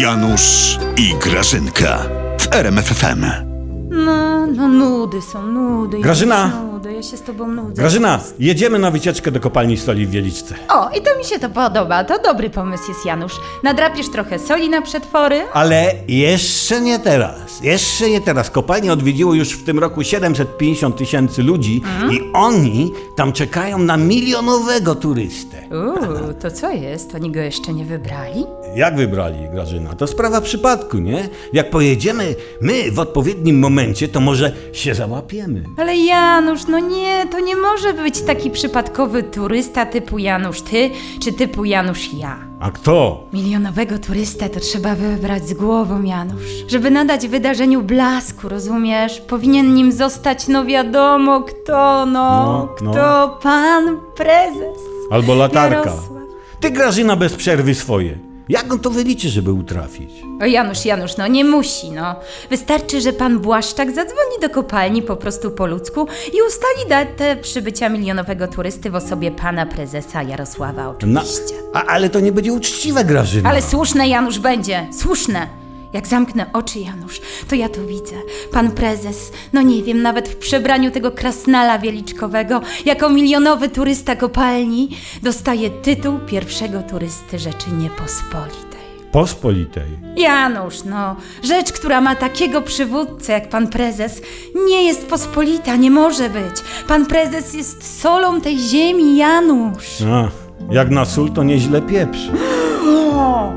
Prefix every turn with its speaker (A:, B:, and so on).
A: Janusz i Grażynka w RMFFM.
B: No, no nudy są, nudy.
C: Grażyna!
B: Ja nudy, ja się z tobą nudzę.
C: Grażyna, jedziemy na wycieczkę do kopalni soli w Wieliczce.
B: O, i to mi się to podoba, to dobry pomysł jest, Janusz. Nadrapiesz trochę soli na przetwory.
C: Ale jeszcze nie teraz. Jeszcze nie teraz. Kopalnię odwiedziło już w tym roku 750 tysięcy ludzi
B: Mhm.
C: i oni tam czekają na milionowego turystę.
B: Uuu, to co jest? Oni go jeszcze nie wybrali?
C: Jak wybrali, Grażyna? To sprawa przypadku, nie? Jak pojedziemy my w odpowiednim momencie, to może się załapiemy.
B: Ale Janusz, no nie, to nie może być taki przypadkowy turysta typu Janusz ty, czy typu Janusz ja.
C: A kto?
B: Milionowego turystę to trzeba wybrać z głową, Janusz. Żeby nadać wydarzeniu blasku, rozumiesz? Powinien nim zostać, no wiadomo kto, no.
C: No, no.
B: kto? Pan prezes.
C: Albo latarka.
B: Jarosław.
C: Ty, Grażyna, bez przerwy swoje. Jak on to wyliczy, żeby utrafić?
B: O Janusz, Janusz, no nie musi, no. Wystarczy, że pan Błaszczak zadzwoni do kopalni po prostu po ludzku i ustali datę przybycia milionowego turysty w osobie pana prezesa Jarosława
C: Na-
B: oczywiście.
C: a, ale to nie będzie uczciwe, Grażyna.
B: Ale słuszne, Janusz, będzie. Słuszne. Jak zamknę oczy, Janusz, to ja to widzę. Pan prezes, no nie wiem, nawet w przebraniu tego krasnala wieliczkowego, jako milionowy turysta kopalni, dostaje tytuł pierwszego turysty Rzeczy Niepospolitej.
C: Pospolitej.
B: Janusz, no, rzecz, która ma takiego przywódcę jak pan prezes, nie jest pospolita, nie może być. Pan prezes jest solą tej ziemi, Janusz.
C: A, jak na sól to nieźle pieprzy.
B: O,